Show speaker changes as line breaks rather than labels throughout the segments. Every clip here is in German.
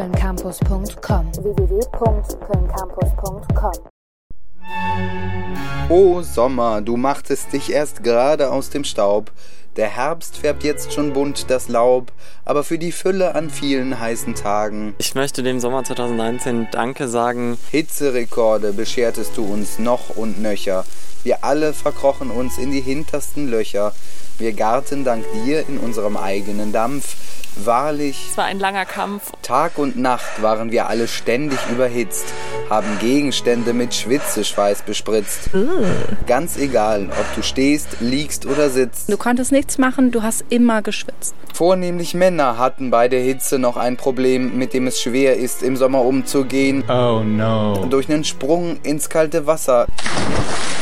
www.kölncampus.com www.kölncampus.com
O Sommer, du machtest dich erst gerade aus dem Staub. Der Herbst färbt jetzt schon bunt das Laub, aber für die Fülle an vielen heißen Tagen.
Ich möchte dem Sommer 2019 Danke sagen.
Hitzerekorde beschertest du uns noch und nöcher. Wir alle verkrochen uns in die hintersten Löcher. Wir garten dank dir in unserem eigenen Dampf. Wahrlich,
Es war ein langer Kampf.
Tag und Nacht waren wir alle ständig überhitzt, haben Gegenstände mit Schwitzeschweiß bespritzt. Ganz egal, ob du stehst, liegst oder sitzt.
Du konntest nichts machen, du hast immer geschwitzt.
Vornehmlich Männer hatten bei der Hitze noch ein Problem, mit dem es schwer ist, im Sommer umzugehen.
Oh no.
Durch einen Sprung ins kalte Wasser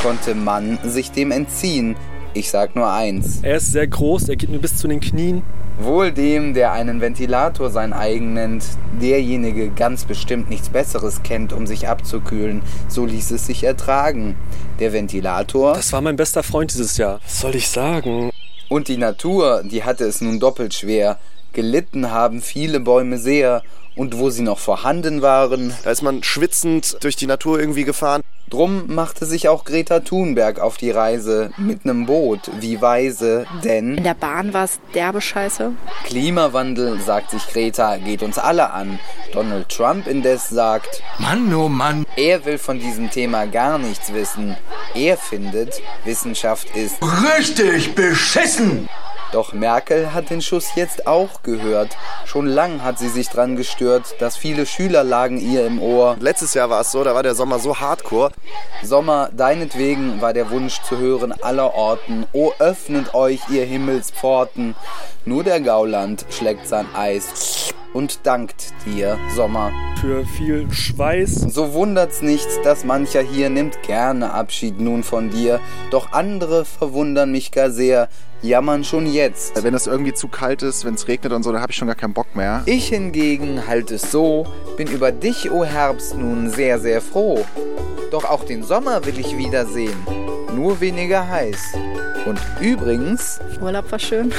konnte man sich dem entziehen. Ich sag nur eins.
Er ist sehr groß, er geht mir bis zu den Knien.
Wohl dem, der einen Ventilator sein eigen nennt, derjenige ganz bestimmt nichts Besseres kennt, um sich abzukühlen. So ließ es sich ertragen. Der Ventilator
Das war mein bester Freund dieses Jahr. Was soll ich sagen?
und die Natur, die hatte es nun doppelt schwer. Gelitten haben viele Bäume sehr, und wo sie noch vorhanden waren,
Da ist man schwitzend durch die Natur irgendwie gefahren.
Drum machte sich auch Greta Thunberg auf die Reise mit nem Boot, wie weise,
In
denn
der Bahn war es derbe Scheiße.
Klimawandel, sagt sich Greta, geht uns alle an. Donald Trump indes sagt,
Mann, oh Mann.
er will von diesem Thema gar nichts wissen. Er findet, Wissenschaft ist
Richtig beschissen.
Doch Merkel hat den Schuss jetzt auch gehört. Schon lang hat sie sich dran gestört, dass viele Schüler lagen ihr im Ohr.
Letztes Jahr war es so, da war der Sommer so hardcore.
Sommer, deinetwegen war der Wunsch zu hören aller Orten. O öffnet euch, ihr Himmelspforten. Nur der Gauland schlägt sein Eis und dankt dir, Sommer.
Für viel Schweiß.
So wundert's nicht, dass mancher hier nimmt gerne Abschied nun von dir. Doch andere verwundern mich gar sehr, jammern schon jetzt.
Wenn es irgendwie zu kalt ist, wenn es regnet und so, dann habe ich schon gar keinen Bock mehr.
Ich hingegen halt es so, bin über dich, o Herbst, nun sehr, sehr froh. Doch auch den Sommer will ich wiedersehen, nur weniger heiß. Und übrigens,
Urlaub war schön.